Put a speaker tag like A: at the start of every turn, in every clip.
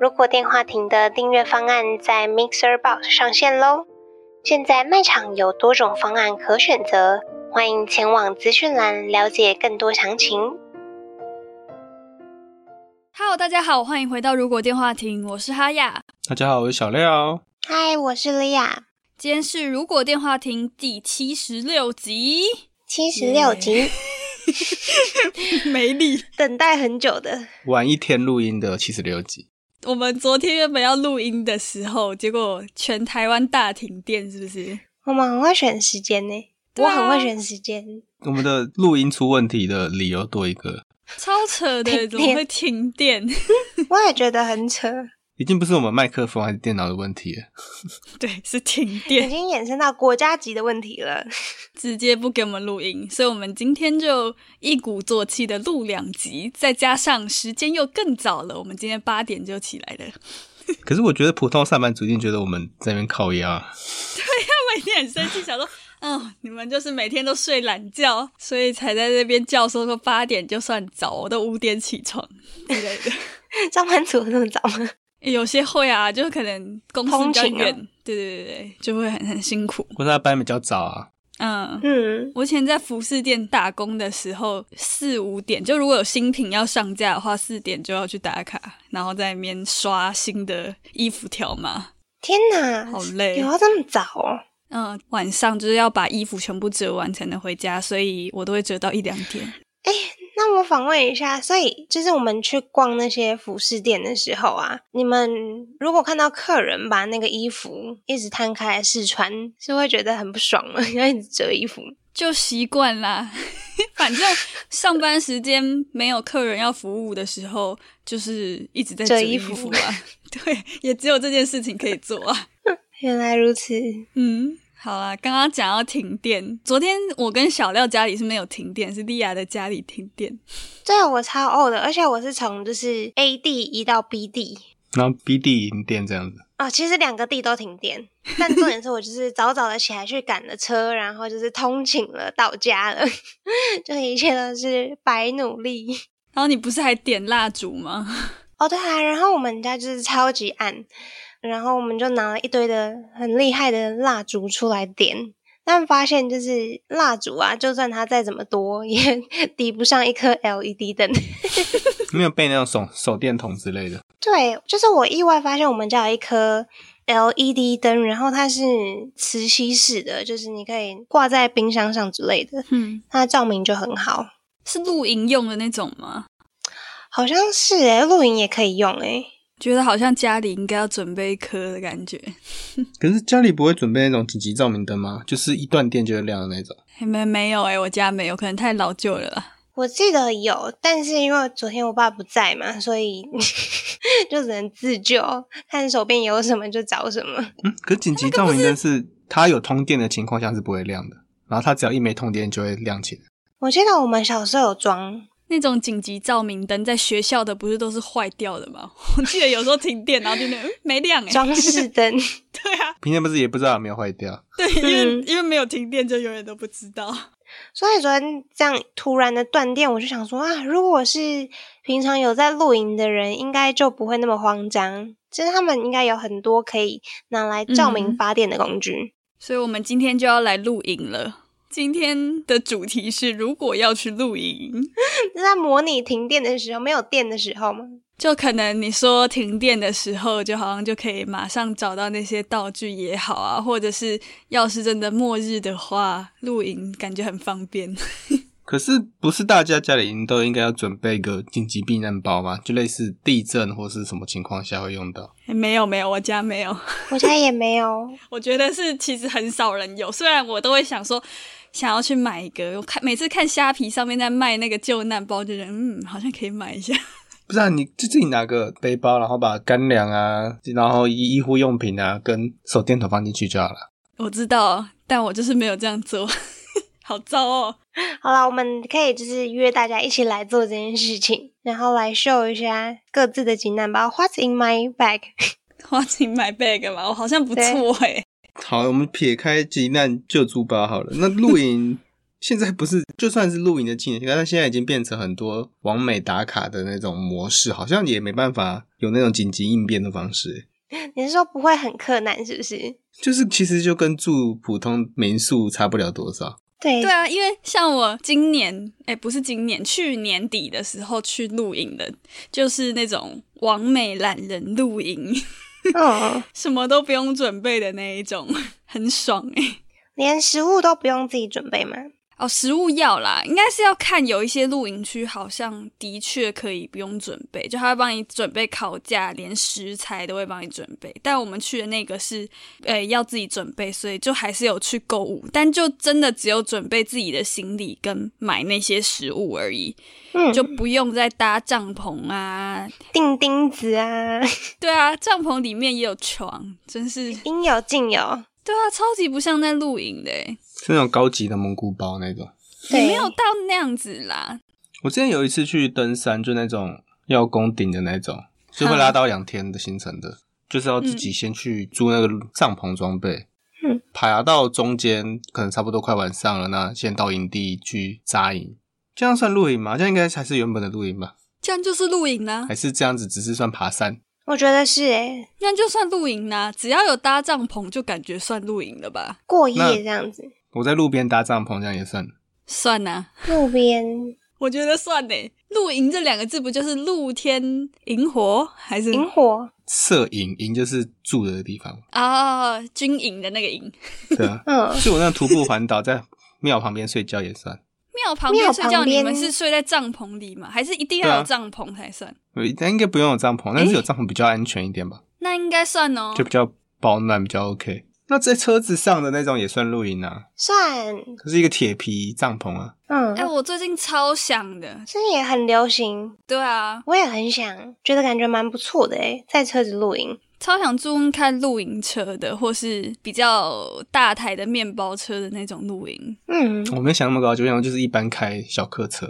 A: 如果电话亭的订阅方案在 Mixer Box 上线喽。现在卖场有多种方案可选择，欢迎前往资讯栏了解更多详情。
B: Hello，大家好，欢迎回到《如果电话亭》，我是哈雅。
C: 大家好，我是小廖。
A: 嗨，我是莉亚，
B: 今天是《如果电话亭》第七十六集，
A: 七十六集，
B: 没力。
A: 等待很久的，
C: 晚一天录音的七十六集，
B: 我们昨天原本要录音的时候，结果全台湾大停电，是不是？
A: 我们很会选时间呢，
B: 对啊
A: 我很会选时 间，
C: 我们的录音出问题的理由多一个，
B: 超扯的，
A: 停电
B: 怎么会停电？
A: 我也觉得很扯，
C: 已经不是我们麦克风还是电脑的问题了。
B: 对，是停
A: 已
B: 电，
A: 经衍生到国家级的问题了。
B: 直接不给我们录音，所以我们今天就一鼓作气的录两集，再加上时间又更早了，我们今天八点就起来了，
C: 可是我觉得普通上班族一定觉得我们在那边靠压，
B: 我一定很生气，想说，嗯，你们就是每天都睡懒觉，所以才在这边叫说说八点就算早，我都五点起床之类的。
A: 上班族有那么早吗？
B: 有些会啊，就可能公司比较
A: 通勤啊
B: 远，对对对对，就会很很辛苦。
C: 或者他班比较早啊。
B: 嗯，
A: 嗯，
B: 我以前在服饰店打工的时候，四五点就如果有新品要上架的话，四点就要去打卡，然后在那边刷新的衣服条码，
A: 天哪，
B: 好累
A: 有。要这么早哦？
B: 嗯，晚上就是要把衣服全部折完才能回家，所以我都会折到一两点。
A: 那我访问一下，所以就是我们去逛那些服饰店的时候啊，你们如果看到客人把那个衣服一直摊开来试穿，是会觉得很不爽吗？ 要一直折衣服？
B: 就习惯啦。 反正上班时间没有客人要服务的时候，就是一直在
A: 折
B: 折
A: 衣
B: 衣
A: 服
B: 服啊。 对，也只有这件事情可以做啊。
A: 原来如此，
B: 嗯，好啦，刚刚讲到停电，昨天我跟小廖家里是没有停电，是莉亚的家里停电。
A: 对啊我超呕的，而且我是从就是 A 地移到 B 地
C: 然后 B D 银店这样子，
A: 哦，其实两个地都停电，但重点是我就是早早的起来去赶了车，然后就是通勤了，到家了， 就一切都是白努力。
B: 然后你不是还点蜡烛吗？
A: 哦，对啊，然后我们家就是超级暗，然后我们就拿了一堆的很厉害的蜡烛出来点，但发现就是蜡烛啊，就算它再怎么多，也 抵不上一颗 LED 灯。
C: 没有备那种手手电筒之类的。
A: 对，就是我意外发现我们家有一颗 LED 灯，然后它是磁吸式的，就是你可以挂在冰箱上之类的，
B: 嗯，
A: 它照明就很好。
B: 是露营用的那种吗？
A: 好像是诶、露营也可以用诶、欸
B: 觉得好像家里应该要准备一颗的感觉。
C: 可是家里不会准备那种紧急照明灯吗？就是一断电就会亮的那种。
B: 没没有诶、欸我家没有，可能太老旧了啦。
A: 我记得有，但是因为昨天我爸不在嘛，所以 就只能自救，看手边有什么就找什么。
C: 嗯，可是紧急照明灯是它有通电的情况下是不会亮的，然后它只要一没通电就会亮起来。
A: 我记得我们小时候有装，
B: 那种紧急照明灯在学校的不是都是坏掉的吗？ 我记得有时候停电，然后就那嗯没亮哎、
A: 装饰灯，
B: 对啊，
C: 平天不是也不知道有没有坏掉。
B: 对，因为、
A: 嗯
B: 因为没有停电，就永远都不知道。
A: 所以昨天这样突然的断电，我就想说啊，如果是平常有在露营的人，应该就不会那么慌张。其实他们应该有很多可以拿来照明
B: 嗯
A: 发电的工具。
B: 所以我们今天就要来露营了。今天的主题是，如果要去露营，
A: 是在模拟停电的时候，没有电的时候吗？
B: 就可能你说停电的时候，就好像就可以马上找到那些道具也好啊，或者是要是真的末日的话，露营感觉很方便。
C: 可是不是大家家里都应该要准备一个紧急避难包吗？就类似地震或是什么情况下会用到？
B: 哎没有没有，我家没有。
A: 我家也没有。
B: 我觉得是其实很少人有，虽然我都会想说想要去买一个，我看每次看虾皮上面在卖那个救难包，就觉得嗯好像可以买一下，
C: 不是啊，你就自己拿个背包，然后把干粮啊，然后医医护用品啊，跟手电筒放进去就好了。
B: 我知道，但我就是没有这样做， 好糟哦。
A: 好啦，我们可以就是约大家一起来做这件事情，然后来秀一下各自的急难包。What's in my bag？
B: 花钱买 bag 嘛，我好像不错欸诶、
C: 好，我们撇开急难救助包好了。那露营 现在不是，就算是露营的纪念，但现在已经变成很多完美打卡的那种模式，好像也没办法有那种紧急应变的方式。
A: 你是说不会很困难是不是？
C: 就是其实就跟住普通民宿差不了多少。
A: 对
B: 对啊，因为像我今年，哎，不是今年，去年底的时候去露营的，就是那种完美懒人露营，
A: 嗯，
B: 什么都不用准备的那一种，很爽哎、
A: 连食物都不用自己准备吗？
B: 哦，食物要啦，应该是要看有一些露营区好像的确可以不用准备，就他会帮你准备烤架，连食材都会帮你准备。但我们去的那个是，呃，要自己准备，所以就还是有去购物，但就真的只有准备自己的行李跟买那些食物而已，
A: 嗯，
B: 就
A: 就
B: 不用再搭帐篷啊。
A: 钉钉子啊，
B: 对啊，帐篷里面也有床，真是
A: 应有尽 有。
B: 对啊，超级不像在露营的欸，
C: 是那种高级的蒙古包那种。
B: 也
A: 对
B: 没有到那样子啦。
C: 我之前有一次去登山，就那种要攻顶的那种，就会拉到两天的行程的，就是要自己先去租那个帐篷装备。
A: 嗯，
C: 爬到中间可能差不多快晚上了，那先到营地去扎营，这样算露营吗？这样应该才是原本的露营吧？
B: 这样就是露营啦、
C: 还是这样子只是算爬山？
A: 我觉得是欸诶，
B: 那就算露营啦、只要有搭帐篷，就感觉算露营了吧？
A: 过夜
C: 那
A: 这样子，
C: 我在路边搭帐篷，这样也算。
B: 算呐、
A: 路边
B: 我觉得算呢、露营这两个字不就是露天营火还是
A: 萤火，。
C: 摄影营就是住的地方，
B: 啊、军营的那个营？
C: 对啊
A: 嗯，
C: 所以我那徒步环岛在庙旁边睡觉也算。
B: 庙旁边睡觉，
A: 庙旁边
B: 你们是睡在帐篷里吗？还是一定要
C: 对
B: 有
C: 啊
B: 帐篷才算？
C: 呃但应该不用有帐篷，但是有帐篷比较安全一点吧，
B: 那应该算哦
C: 就。比较保暖，比较 OK。那在车子上的那种也算露营啊，
A: 算，
C: 可是一个铁皮帐篷啊，
A: 嗯，
B: 哎、我最近超想的，
A: 这也很流行，
B: 对啊，
A: 我也很想，觉得感觉蛮不错的诶，在车子露营，
B: 超想住问看露营车的，或是比较大台的面包车的那种露营。
A: 嗯，
C: 我没想那么高，就想就是一般开小客车，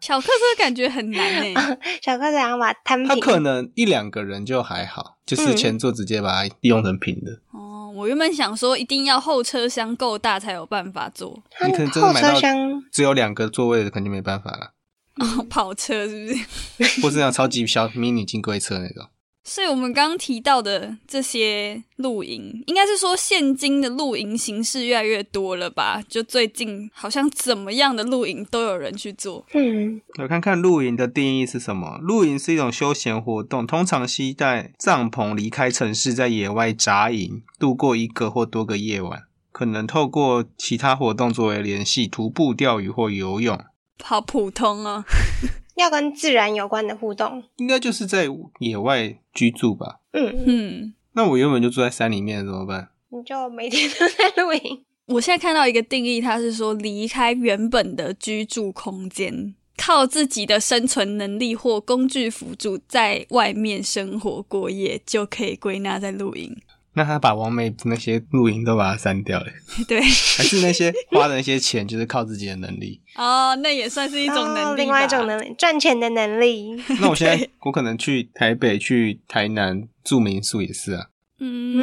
B: 小客车感觉很难欸呢、
A: 小哥想要把摊
C: 它
A: 平，
C: 可能一两个人就还好，就是
A: 嗯
C: 前座直接把它用成平的，
B: 哦，我原本想说一定要后车厢够大才有办法坐、
A: 它
C: 你可能真
A: 后
C: 的买
A: 车
C: 到
A: 厢
C: 只有两个座位的肯定没办法了，
B: 哦、跑车，是不是？
C: 或是那种超级小 mini 金龟车那种，
B: 所以我们刚刚提到的这些露营，应该是说现今的露营形式越来越多了吧？就最近好像怎么样的露营都有人去做，
A: 嗯，
C: 我看看露营的定义是什么？露营是一种休闲活动，通常携带帐篷离开城市，在野外扎营，度过一个或多个夜晚，可能透过其他活动作为联系，徒步、钓鱼或游泳。
B: 好普通哦。
A: 要跟自然有关的互动，
C: 应该就是在野外居住吧？
A: 嗯，
B: 嗯，
C: 那我原本就住在山里面，怎么办？
A: 你就每天都在露营，
B: 我现在看到一个定义，它是说离开原本的居住空间，靠自己的生存能力或工具辅助，在外面生活过夜，就可以归纳在露营。
C: 那他把王美那些露营都把它删掉了，
B: 对。
C: 还是那些花的那些钱就是靠自己的能力？
B: 哦，那也算 是一种能力、
A: 哦另外一种。能力，赚钱的能力，
C: 那我现在我可能去台北、去台南住民宿也是啊。
B: 嗯，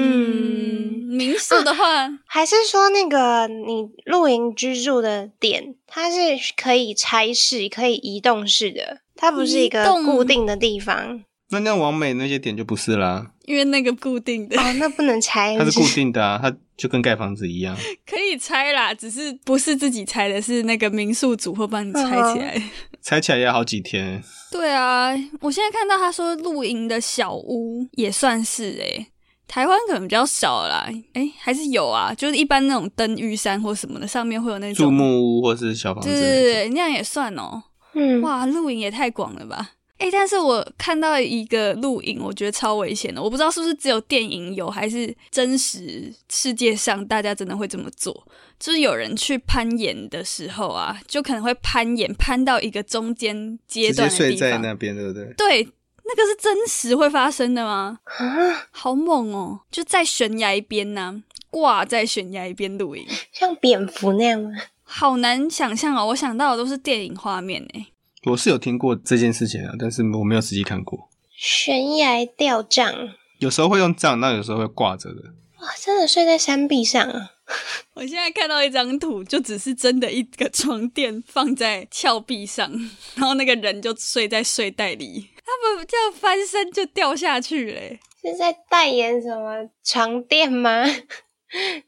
B: 民宿的话，
A: 还是说那个你露营居住的点，它是可以拆式、可以移动式的，它不是一
B: 移
A: 个
B: 动
A: 固定的地方
C: 那那王美那些点就不是啦，
B: 因为那个固定的
A: 哦，那不能拆，
B: 哎
C: 它是
A: 就
C: 固定的啊，它就跟盖房子一 样。
B: 可以拆啦，只是不是自己拆的，是那个民宿主会帮你拆起来。
C: 拆起来要好几天，
B: 对啊，我现在看到他说露营的小屋也算是诶、台湾可能比较少啦，诶、还是有啊，就是一般那种登玉山或什么的，上面会有那
C: 住
B: 种，
C: 木屋或是小房子
B: 对
C: 那
B: 对
C: 种。
B: 对，那样也算哦、
A: 嗯，
B: 哇，露营也太广了吧！哎、哎、但是我看到一个录影，我觉得超危险的。我不知道是不是只有电影有，还是真实世界上大家真的会这么做。就是有人去攀岩的时候啊，就可能会攀岩攀到一个中间阶
C: 直接
B: 段的
C: 睡
B: 地
C: 在
B: 方。
C: 那边，对不对？
B: 对，那个是真实会发生的吗？
A: 啊，
B: 好猛哦！就在悬崖边呢、挂在悬崖边露营，
A: 像蝙蝠那样吗？
B: 好难想象哦。我想到的都是电影画面诶、
C: 我是有听过这件事情啊，但是我没有实际看过。
A: 悬崖吊杖，
C: 有时候会用杖，那有时候会挂着的。
A: 哇，真的睡在山壁上啊！
B: 我现在看到一张图，就只是真的一个床垫放在峭壁上，然后那个人就睡在睡袋里，他们这样翻身就掉下去欸嘞、
A: 是在代言什么床垫吗？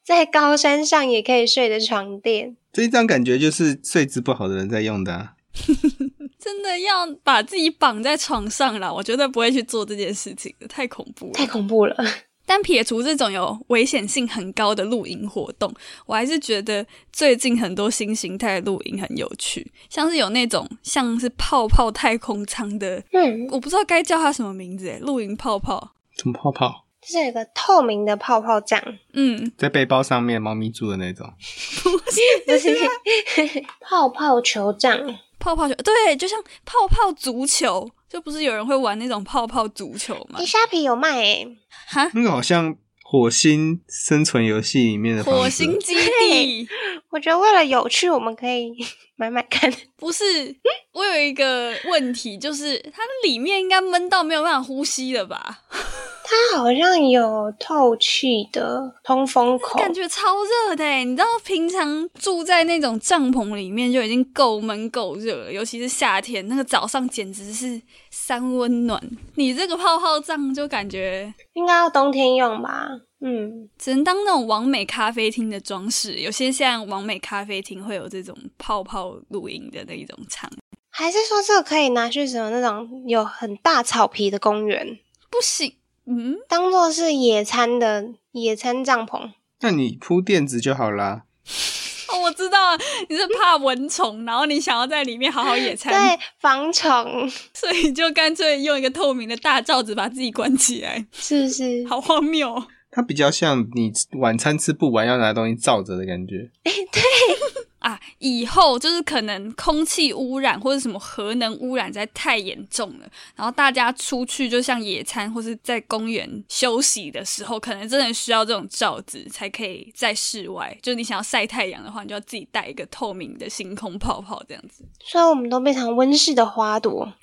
A: 在高山上也可以睡的床垫，
C: 这一张感觉就是睡姿不好的人在用的、啊。
B: 真的要把自己绑在床上啦，我绝对不会去做这件事情的，太恐怖
A: 太
B: 了。
A: 恐怖了。
B: 但撇除这种有危险性很高的露营活动，我还是觉得最近很多新形态的露营很有趣，像是有那种像是泡泡太空舱的，
A: 嗯，
B: 我不知道该叫它什么名字诶，欸露营泡泡。
C: 什么泡泡
A: 就是有个透明的泡泡 杖，
B: 嗯，
C: 在背包上面，猫咪住的那种。
A: 不是泡泡球杖，
B: 泡泡球，对，就像泡泡足球，就不是有人会玩那种泡泡足球吗
A: 你？虾皮有卖欸诶、
B: 哈，
C: 那个好像火星生存游戏里面的房子
B: 火星基地
A: 我觉得为了有趣，我们可以 买买看。
B: 不是？我有一个问题，就是它里面应该闷到没有办法呼吸了吧？
A: 它好像有透气的通风口，
B: 感觉超热的欸，你知道平常住在那种帐篷里面就已经够闷够热了，尤其是夏天，那个早上简直是三温暖。你这个泡泡帐就感觉
A: 应该要冬天用吧？嗯，
B: 只能当那种完美咖啡厅的装饰。有些像完美咖啡厅会有这种泡泡露营的那一种场，
A: 还是说这个可以拿去什么那种有很大草皮的公园，
B: 不行，嗯，
A: 当做是野餐的野餐帐篷？
C: 那你铺垫子就好啦。
B: 哦，我知道了你是怕蚊虫，然后你想要在里面好好野餐，
A: 对，防虫
B: 所以就干脆用一个透明的大罩子把自己关起来，
A: 是不是？
B: 好荒谬哦。
C: 它比较像你晚餐吃不完要拿东西罩着的感觉。
B: 啊，以后就是可能空气污染或者什么核能污染实在太严重了，然后大家出去就像野餐或是在公园休息的时候，可能真的需要这种罩子才可以在室外。就你想要晒太阳的话，你就要自己带一个透明的星空泡泡这样子，
A: 虽然我们都变成温室的花朵，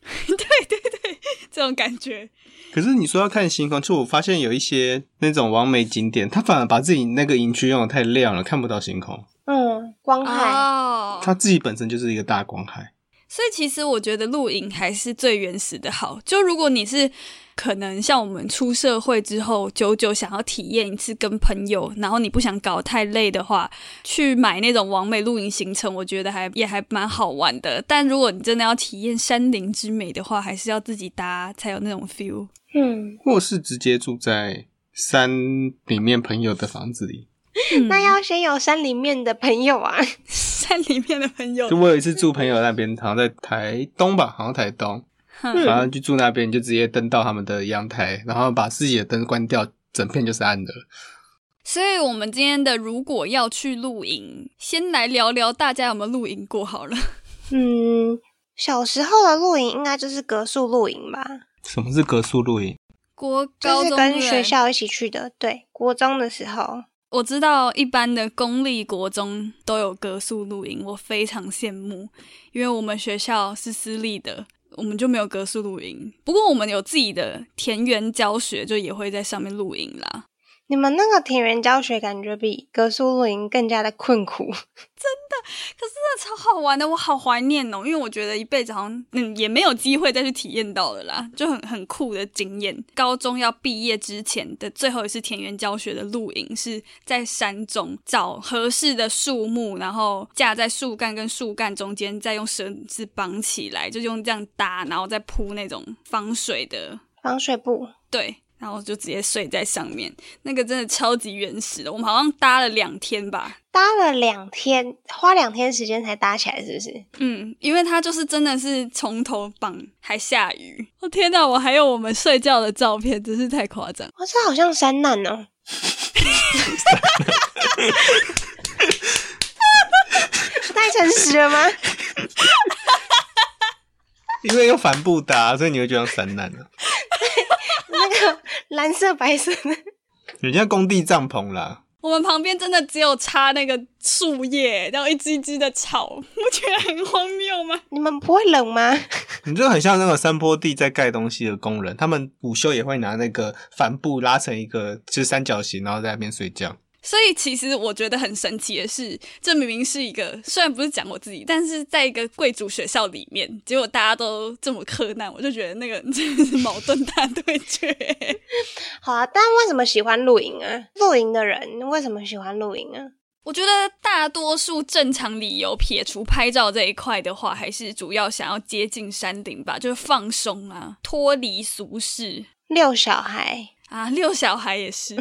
B: 这种感觉。
C: 可是你说要看星空，就我发现有一些那种完美景点，它反而把自己那个营区用的太亮了，看不到星空。
A: 嗯，光害、
B: 哦
C: 它自己本身就是一个大光海。
B: 所以其实我觉得露营还是最原始的好。就如果你是可能像我们出社会之后，久久想要体验一次跟朋友，然后你不想搞太累的话，去买那种完美露营行程，我觉得还也还蛮好玩的。但如果你真的要体验山林之美的话，还是要自己搭才有那种 feel。
A: 嗯，
C: 或是直接住在山里面朋友的房子里。
A: 那要先有山里面的朋友啊，
B: 嗯 山里面的朋友
C: 就，我有一次住朋友那边，好像在台东吧，好像台东，
B: 哼
C: 然后就住那边，就直接登到他们的阳台，然后把自己的灯关掉，整片就是暗的了。
B: 所以我们今天的如果要去露营，先来聊聊大家有没有露营过好了。
A: 嗯，小时候的露营应该就是格数露营吧，
C: 什么是格数露营？
B: 国
A: 就
B: 高
A: 是
B: 中
A: 跟
B: 对不
A: 学
B: 对
A: 校一起去的，对，国中的时候，
B: 我知道一般的公立国中都有格数露营，我非常羡慕，因为我们学校是私立的，我们就没有格数露营。不过我们有自己的田园教学，就也会在上面露营啦。
A: 你们那个田园教学感觉比格数露营更加的困苦，
B: 可是真 的超好玩的，我好怀念哦，因为我觉得一辈子好像嗯也没有机会再去体验到了啦，就很很酷的经验。高中要毕业之前的最后一次田园教学的露营是在山中找合适的树木，然后架在树干跟树干中间，再用绳子绑起来，就用这样搭，然后再铺那种防水的
A: 防水布，
B: 对，然后就直接睡在上面。那个真的超级原始的，我们好像搭了两天吧。
A: 搭了两天，花两天时间才搭起来，是不是？
B: 嗯，因为它就是真的是从头绑，还下雨。我、天哪，我还有我们睡觉的照片，真是太夸张。
A: 哇，哦这好像山难 哦。太诚实了吗？
C: 因为又帆布搭，所以你会觉得散啊难了。
A: 那个蓝色、白色的，
C: 人家工地帐篷啦，
B: 我们旁边真的只有插那个树叶，然后一只一只的草， 不觉得很荒谬吗？
A: 你们不会冷吗？
C: 你就很像那个山坡地在盖东西的工人，他们午休也会拿那个帆布拉成一个就是三角形，然后在那边睡觉。
B: 所以其实我觉得很神奇的是，这明明是一个虽然不是讲我自己，但是在一个贵族学校里面，结果大家都这么苛难，我就觉得那个 真的是矛盾大对决。
A: 好啊，但为什么喜欢露营啊？露营的人为什么喜欢露营啊？
B: 我觉得大多数正常理由撇除拍照这一块的话，还是主要想要接近山顶吧，就是放松啊，脱离俗世
A: 遛小孩，
B: 啊。遛小孩也是，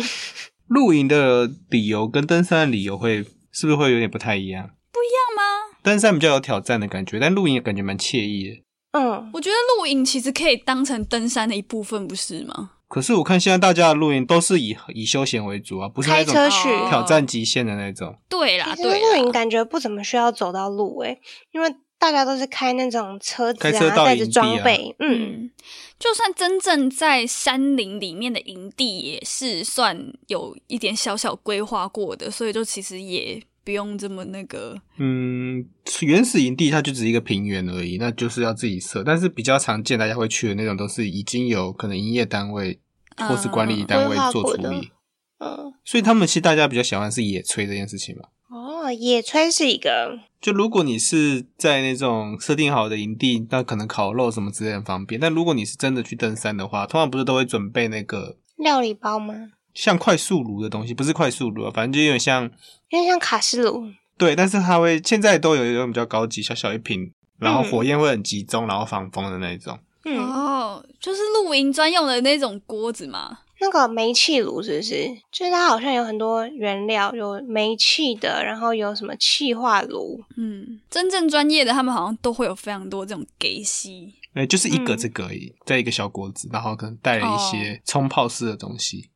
C: 露营的理由跟登山的理由会是不是会有点不太一样？
B: 那吗？
C: 登山比较有挑战的感觉，但露营感觉蛮惬意的。
A: 嗯，
B: 我觉得露营其实可以当成登山的一部分，不是吗？
C: 可是我看现在大家的露营都是以以休闲为主啊，不是那
A: 开
C: 种
A: 车去。
B: 哦
C: 挑战极限的那种。
B: 对啦，
A: 其实
C: 啊
B: 对
A: 露营
B: 啦，
A: 感觉不怎么需要走到路诶、因为大家都是开那种车子
C: 开车
A: 啊，
C: 到
A: 带
C: 营
A: 着
C: 地啊
A: 装备，嗯，
B: 嗯，就算真正在山林里面的营地，也是算有一点小小规划过的，所以就其实也不用这么那个。
C: 嗯，原始营地它就只是一个平原而已，那就是要自己设。但是比较常见大家会去的那种，都是已经有可能营业单位或是管理单
A: 嗯
C: 位
A: 规划
C: 做
A: 过
C: 处
A: 的
C: 理，
A: 嗯，
C: 所以他们其实大家比较喜欢是野炊这件事情嘛。
A: 哦，野炊是一个，
C: 就如果你是在那种设定好的营地，那可能烤肉什么之类很方便。但如果你是真的去登山的话，通常不是都会准备那个
A: 料理包吗？
C: 像快速炉的东西，不是快速炉啊，反正就有点像
A: 有点像卡式炉，
C: 对，但是它会现在都有一种比较高级，小小一瓶，然后火焰会很集中，然后防风的那种。
A: 嗯，
B: 哦，就是露营专用的那种锅子嘛。
A: 那个煤气炉是不是？就是它好像有很多原料，有煤气的，然后有什么气化炉，
B: 嗯，真正专业的他们好像都会有非常多这种给息。
C: 哎、就是一个
A: 嗯哦
C: 这个而已，在一个小锅子，然后可能带了一些冲泡式的东西。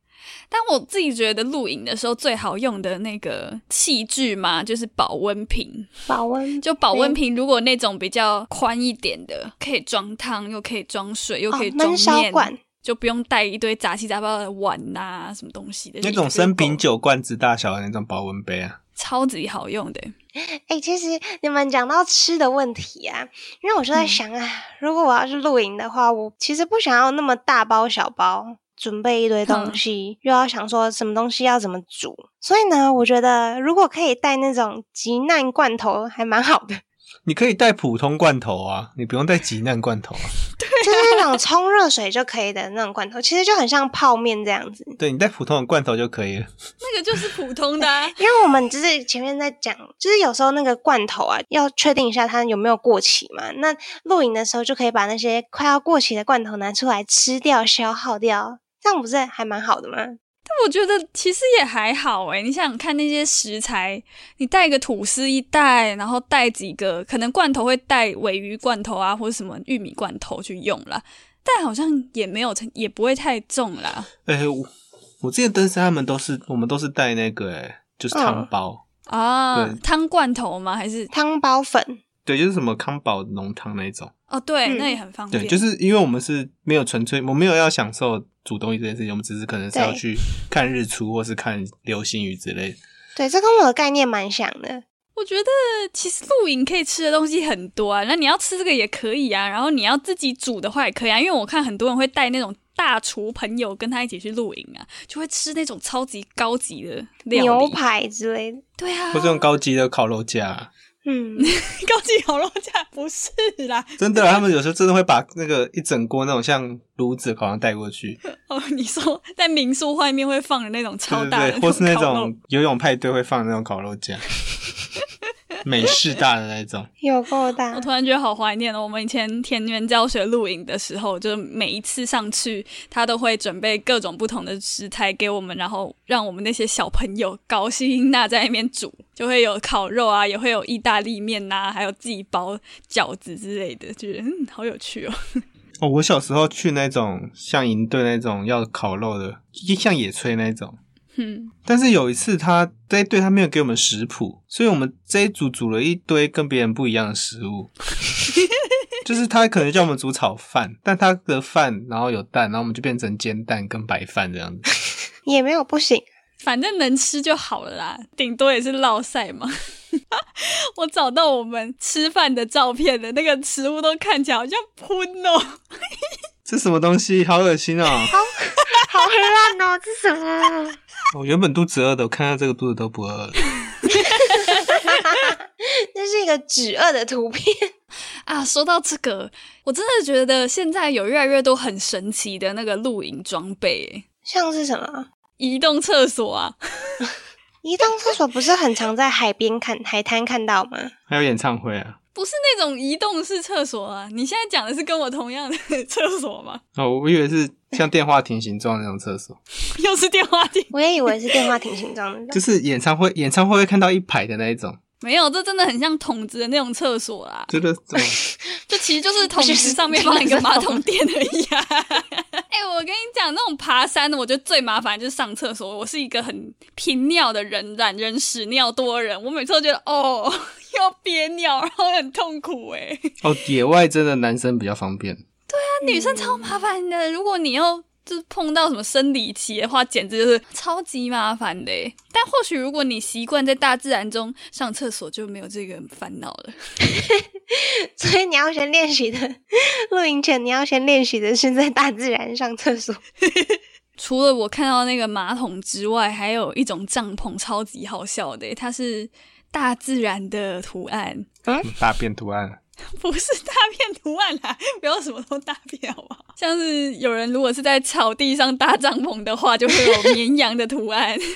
B: 但我自己觉得露营的时候最好用的那个器具嘛，就是保温瓶。
A: 保温
B: 就保温瓶，如果那种比较宽一点的，可以装汤，又可以装水，又
A: 哦
B: 可以装
A: 焖烧
B: 面，
A: 罐，
B: 就不用带一堆杂七杂八的碗呐、什么东西的。
C: 那种生瓶酒罐子大小的那种保温杯啊，
B: 超级好用的，
A: 哎、其实你们讲到吃的问题啊，因为我就在
B: 嗯
A: 想啊，如果我要去露营的话，我其实不想要那么大包小包，准备一堆东
B: 嗯
A: 西，又要想说什么东西要怎么煮。所以呢，我觉得如果可以带那种急难罐头，还蛮好的，
C: 你可以带普通罐头啊，你不用带急难罐头啊。
A: 就是那种冲热水就可以的那种罐头，其实就很像泡面这样子。。
C: 对你带普通的罐头就可以了。
B: 那个就是普通的、啊
A: 因为我们就是前面在讲，就是有时候那个罐头啊，要确定一下它有没有过期嘛。那露营的时候就可以把那些快要过期的罐头拿出来吃掉、消耗掉，这样不是还蛮好的吗？
B: 但我觉得其实也还好诶，你想想看那些食材，你带个吐司一袋，然后带几个，可能罐头会带尾鱼罐头啊，或者什么玉米罐头去用啦。但好像也没有，也不会太重啦。
C: 哎、我我之前登山他们都是我们都是带那个、哎，就是汤
A: 嗯
C: 包，
B: 啊
C: 对，
B: 汤罐头吗？还是
A: 汤包粉，
C: 对，就是什么康宝浓汤那一种。
B: 哦，对，
A: 嗯
B: 那也很方便。
C: 对，就是因为我们是没有纯粹，我没有要享受煮东西这件事情，我们只是可能是要
A: 对
C: 去看日出或是看流星雨之类的。
A: 对，这跟我的概念蛮像的。
B: 我觉得其实露营可以吃的东西很多啊，那你要吃这个也可以啊，然后你要自己煮的话也可以啊，因为我看很多人会带那种大厨朋友跟他一起去露营啊，就会吃那种超级高级的料理
A: 牛，排之类的，
B: 对啊，
C: 或是用高级的烤肉架，啊
A: 嗯，
B: 高级烤肉架不是啦，
C: 真的啊，他们有时候真的会把那个一整锅那种像炉子的烤箱带过 去，
B: 哦，你说在民宿外面会放的那种
C: 对
B: 超
C: 对
B: 大的
C: 对，或是那
B: 烤肉
C: 种游泳派对会放的那种烤肉架，美式大的那种。
A: 有够大
B: 我，突然觉得好怀念哦！我们以前田园教学露营的时候，就是每一次上去，他都会准备各种不同的食材给我们，然后让我们那些小朋友高兴那在那边煮，就会有烤肉啊，也会有意大利面呐、还有自己包饺子之类的，觉得嗯，好有趣哦。
C: 哦，我小时候去那种像营队那种要烤肉的，像野炊那种。
B: 嗯，
C: 但是有一次他这一队他没有给我们食谱，所以我们这一组煮了一堆跟别人不一样的食 物。就是他可能叫我们煮炒饭，但他的饭然后有蛋，然后我们就变成煎蛋跟白饭这样子。
A: 也没有不行。
B: 反正能吃就好了啦， 顶多也是落晒嘛。我找到我们吃饭的照片的那个食物都看起来好像喷哦。
C: 这什么东西？好恶心 哦！
A: 好黑暗哦，这什么？
C: 我原本肚子饿的，我看到这个肚子都不饿了。
A: 这是一个止饿的图片，
B: 啊，说到这个，我真的觉得现在有越来越多很神奇的那个露营装备耶，
A: 像是什么？啊
B: 移动厕所啊，
A: 移动厕所不是很常在海边看、海滩看到吗？
C: 还有演唱会啊！
B: 不是那种移动式厕所啊。你现在讲的是跟我同样的 厕所吗？
C: 哦，我以为是像电话亭形状那种厕所，
B: 又是电话亭？
A: 我也以为是电话亭形状的那
C: 就
A: 种，
C: 是演唱会，演唱会会看到一排的那一种，
B: 没有，这真的很像桶子的那种厕所啊，
C: 觉得怎么？
B: 就其实就是桶子上面放一个马桶垫而已 啊。哎、我跟你讲，那种爬山的，我觉得最麻烦就是上厕所。我是一个很频尿的人，懒人屎尿多人，我每次都觉得哦， 要憋尿，然后很痛苦哎、
C: 哦，野外真的男生比较方便。
B: 女生超麻烦的，如果你要就是碰到什么生理期的话，简直就是超级麻烦的耶。但或许如果你习惯在大自然中上厕所，就没有这个烦恼了。
A: 所以你要先练习的露营前，你要先练习的是在大自然上厕所。
B: 除了我看到那个马桶之外，还有一种帐篷超级好笑的耶，欸它是大自然的图案，
C: 大便图案，
B: 不是大便图案啦，不要什么都大便好不好？像是有人如果是在草地上搭帐篷的话，就会有绵羊的图案。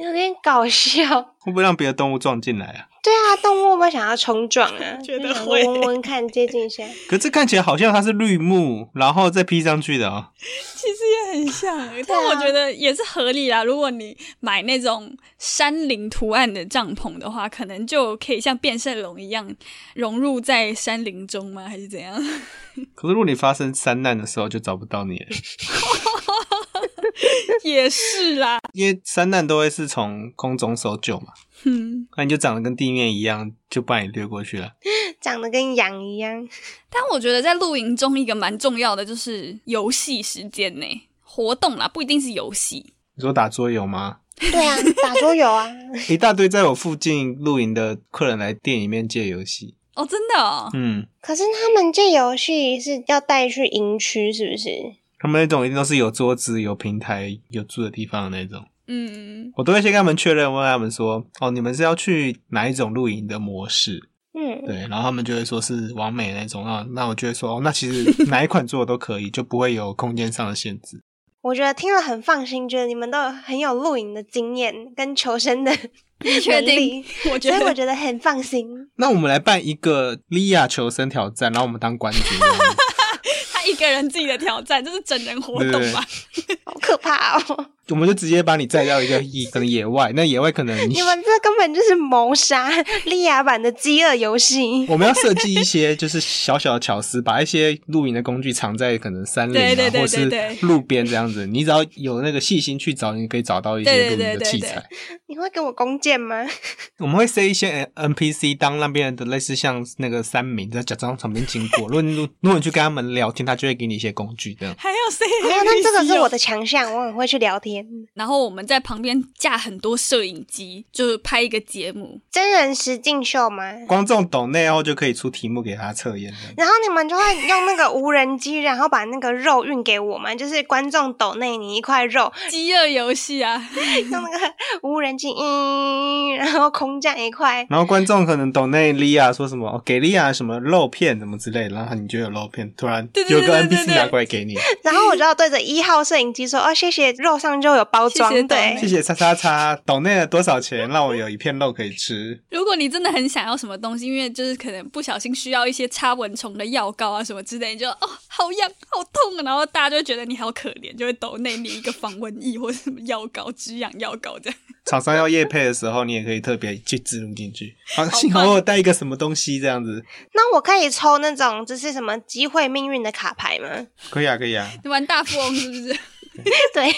A: 有点搞笑。
C: 会不会让别的动物撞进来啊？
A: 对啊，动物会不会想要冲撞啊？
B: 觉得
A: 就想说
B: 会
A: 闻闻看，接近一下。
C: 可这看起来好像它是绿幕，然后再 P 上去的哦。
B: 其实也很像欸、但我觉得也是合理啦。如果你买那种山林图案的帐篷的话，可能就可以像变色龙一样融入在山林中吗？还是怎样？
C: 可是如果你发生山难的时候，就找不到你了，
B: 也是啦，
C: 因为山难都会是从空中搜救嘛，
B: 嗯。
C: 那你就长得跟地面一样，就把你掠过去了。
A: 长得跟羊一样，
B: 但我觉得在露营中一个蛮重要的就是游戏时间呢、活动啦，不一定是游戏。
C: 你说打桌游吗？
A: 对啊，打桌游啊，
C: 一大堆在我附近露营的客人来店里面借游戏，
B: 哦，真的哦，
C: 嗯，
A: 可是他们这游戏是要带去营区，是不是？
C: 他们那种一定都是有桌子、有平台、有住的地方的那种。
B: 嗯，
C: 我都会先跟他们确认，问他们说：“哦，你们是要去哪一种露营的模式？”
A: 嗯，
C: 对，然后他们就会说是完美那种啊。那我就会说，哦，那其实哪一款做的都可以， 就不会有空间上的限制。
A: 我觉得听了很放心，觉得你们都有很有露营的经验跟求生的
B: 你确
A: 能力
B: 定？我觉
A: 所以我
B: 得
A: 觉得很放心。
C: 那我们来办一个莉亚求生挑战，然后我们当冠军这样子。
B: 他一个人自己的挑战，这是整人活
C: 对对
B: 动
C: 对
B: 吧？
A: 好可怕哦！
C: 我们就直接把你载到一个野，可能野外，那野外可能
A: 你们这根本就是谋杀利亚版的饥饿游 戏。
C: 我们要设计一些就是小小的巧思，把一些露营的工具藏在可能山林啊，
B: 对对对
C: 或
B: 对对
C: 是路边这样子。你只要有那个细心去找，你可以找到一些
B: 对对
C: 露
B: 对
C: 营的
B: 对
C: 器
B: 对
C: 材。
A: 你会给我弓箭 吗？哦
C: 我们会塞一些 N- NPC 当那边的类似像那个山民在啊假装旁边经过，如果你如果你去跟他们聊天，他就会给你一些工具这样。
B: 还有谁？
A: 没有，哎那这个是 我的强项，我很会去聊天。
B: 哦然后我们在旁边架很多摄影机，就是拍一个节目。
A: 真人实境秀吗？
C: 观众懂内后就可以出题目给他测验这样。
A: 然后你们就会用那个无人机，然后把那个肉运给我们，就是观众抖内你一块肉，
B: 饥饿游戏啊，
A: 用那个 无人机，嗯，然后空降一块，
C: 然后观众可能懂内莉亚说什么，哦、给莉亚什么肉片什么之类的，然后你就有肉片，突然
B: 对对
C: 有
B: 对
C: 个
B: 对对
C: NPC
B: 对
C: 拿过来给你，
A: 然后我就要对着一号摄影机说：“哦，谢谢，肉上就有包装。
B: 谢谢懂
A: 对
B: 内
C: 谢谢叉叉叉，懂内了多少钱，让我有一片肉可以吃。
B: 如果你真的很想要什么东西，因为就是可能不小心需要一些擦蚊虫的药膏啊什么之类，你就哦好痒好痛啊，然后大家就会觉得你好可怜，就会抖内你一个防蚊液或者什么药膏、止痒药膏 这样。
C: 厂商要夜配的时候，你也可以特别去植入进去。啊，幸好我有带一个什么东西这样子，
A: 那我可以抽那种就是什么机会命运的卡牌吗？
C: 可以啊，可以啊。
B: 你玩大富翁是不 是？
A: 对，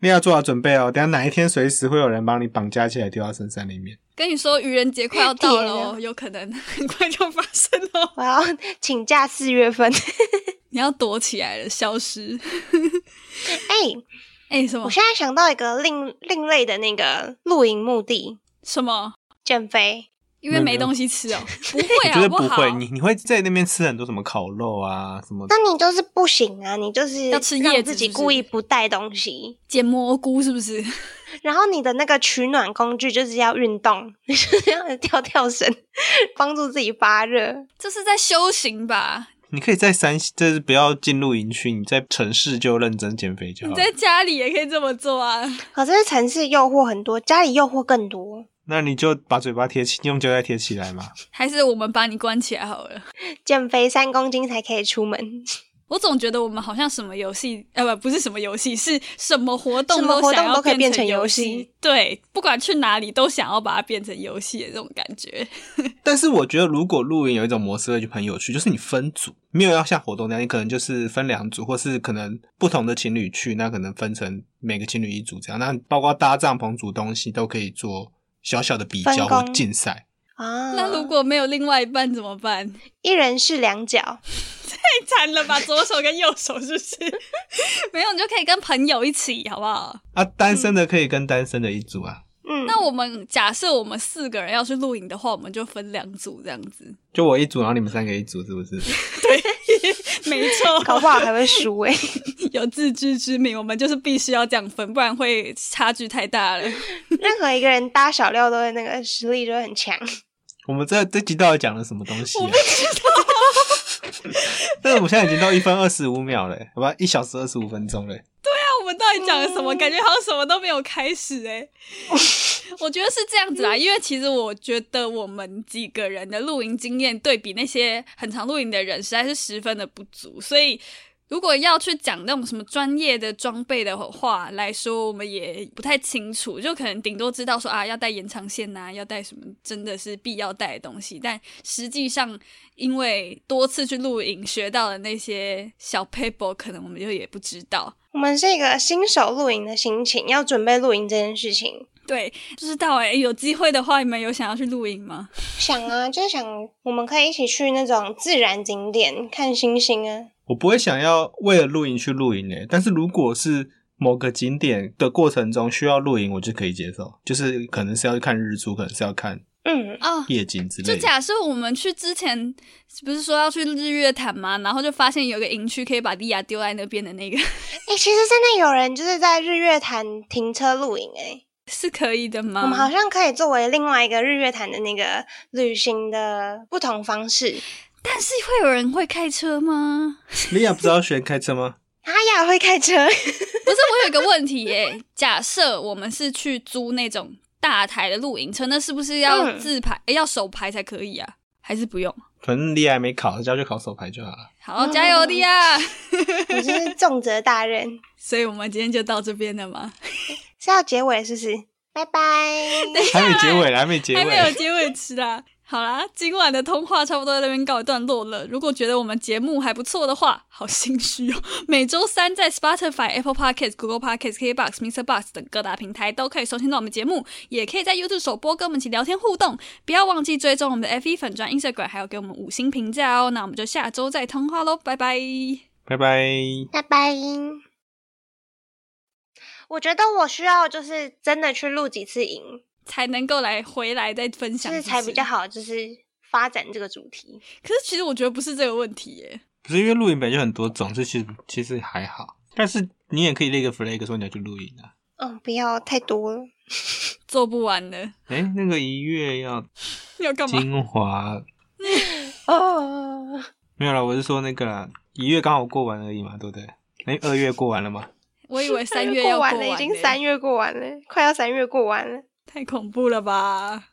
C: 你要做好准备哦，等下哪一天随时会有人帮你绑架起来丢到深山里面。
B: 跟你说愚人节快要到了
A: 天
B: 哦，有可能 很快就发生哦。
A: 我要请假四月份。
B: 你要躲起来了，消失。
A: 哎、
B: 哎、什么
A: 我现在想到一个另另类的那个露营目的，
B: 什么？
A: 减肥。
B: 因为
C: 没
B: 没
C: 有
B: 东西吃 哦，不
C: 我
B: 会
C: 觉
B: 好
C: 得
B: 不好？啊
C: 会，你你会在那边吃很多什么烤肉啊，什么
A: 那你就是不行啊，你就是
B: 要吃叶子
A: 让自己
B: 是不是
A: 故意不带东西，
B: 捡蘑菇是不是？
A: 然后你的那个取暖工具就是要运动，就是要跳跳绳，帮助自己发热。
B: 这是在修行吧？
C: 你可以在山，就是不要进露营区，你在城市就认真减肥就
B: 你
C: 好。
B: 在家里也可以这么做啊。
A: 可是城市诱惑很多，家里诱惑更多。
C: 那你就把嘴巴贴起，用胶带贴起来嘛。
B: 还是我们把你关起来好了。
A: 减肥三公斤才可以出门，
B: 我总觉得我们好像什么游戏，呃，不，不是什么游戏，是什么活动
A: 什么活动
B: 想要
A: 都可以
B: 变
A: 变成游
B: 游
A: 戏。
B: 对，不管去哪里都想要把它变成游戏的这种感觉。
C: 但是我觉得，如果露营有一种模式会就很有趣，就是你分组，没有要像活动那样，你可能就是分两组，或是可能不同的情侣去，那可能分成每个情侣一组这样。那包括搭帐篷、煮东西都可以做小小的比较
A: 分
C: 或
A: 工
C: 竞赛。
A: 啊
B: 那如果没有另外一半怎么办？
A: 一人是两脚，
B: 太惨了吧，左手跟右手是不是？ 没有，你就可以跟朋友一起，好不好？
C: 啊，单身的可以跟单身的一组啊，
A: 嗯，
B: 那我们假设我们四个人要去露营的话，我们就分两组这样子。
C: 就我一组，然后你们三个一组，是不 是？
B: 没错，
A: 搞不好还会输 哎、
B: 有自知之明，我们就是必须要这样分，不然会差距太大了。
A: 任何一个人搭小料都会那个实力就会很强。
C: 我们这这集到底讲了什么东西、啊？我不知道。 但是我们现在已经到一分二十五秒了，好吧，一小时二十五分钟了。
B: 我们到底讲了什么？感觉好像什么都没有开始哎、我觉得是这样子啊啦，因为其实我觉得我们几个人的露营经验对比那些很常露营的人，实在是十分的不足，所以。如果要去讲那种什么专业的装备的话来说，我们也不太清楚，就可能顶多知道说啊，要带延长线呐、啊要带什么真的是必要带的东西，但实际上因为多次去露营学到的那些小 paper，可能我们就也不知道，
A: 我们是一个新手露营的心情，要准备露营这件事情。
B: 对，不知道哎、有机会的话，你们有想要去露营吗？
A: 想 啊，就是想我们可以一起去那种自然景点看星星啊。
C: 我不会想要为了露营去露营欸诶，但是如果是某个景点的过程中需要露营，我就可以接受，就是可能是要去看日出，可能是要看
A: 嗯，
B: 哦，
C: 夜景之
B: 就
C: 类的。
B: 假设我们去之前，不是说要去日月潭吗？然后就发现有个营区可以把莉亚丢在那边的那个，
A: 哎、其实真的有人就是在日月潭停车露营哎、
B: 是可以的吗？
A: 我们好像可以作为另外一个日月潭的那个旅行的不同方式。
B: 但是会有人会开车吗？
C: 莉亚不是要学开车吗？
A: 阿雅会开车，
B: 不是，我有一个问题耶、假设我们是去租那种大台的露营车，那是不是要
A: 嗯
B: 自排、诶要手排才可以啊？还是不用？
C: 反正莉亚还没考，只要去考手牌就 好了。
B: 好，加油，莉 亚！
A: 我是重责大任。
B: 所以我们今天就到这边了吗？
A: 是要结尾是不是？拜拜。
C: 还没结尾了，还没结
B: 还没有
C: 尾。
B: 结尾词啦。好啦，今晚的通话差不多在这边告一段落了。如果觉得我们节目还不错的话，好心虚哦。 每周三在 Spotify、Apple Podcasts、Google Podcasts、KBox、Mr. Box 等各大平台都可以收听到我们节目，也可以在 YouTube 首播跟我们一起聊天互动。不要忘记追踪我们的 FE 粉专、Instagram，还有给我们五星评价哦。那我们就下周再通话喽，拜拜。
C: 拜拜。
A: 拜拜。我觉得我需要就是真的去录几次营，
B: 才能够来回来再分
A: 就
B: 享，
A: 是才比较。好，就是发展这个主题。
B: 可是其实我觉得不是这个问题耶，
C: 不是因为露营本来就很多种，这其实其实还好。但是你也可以立个 flag 说你要去露营啊。
A: 嗯，不要太多了。
B: 做不完了，
C: 哎、那个一月要
B: 要干嘛？
C: 精华
A: 哦，
C: 没有啦，我是说那个啦，一月刚好过完而已嘛，对不对？哎，二月过完了吗？
B: 我以为 三月
A: 过
B: 要
A: 完
B: 嘞
A: 了，已经三月过完了，快要三月过完了。
B: 太恐怖了吧？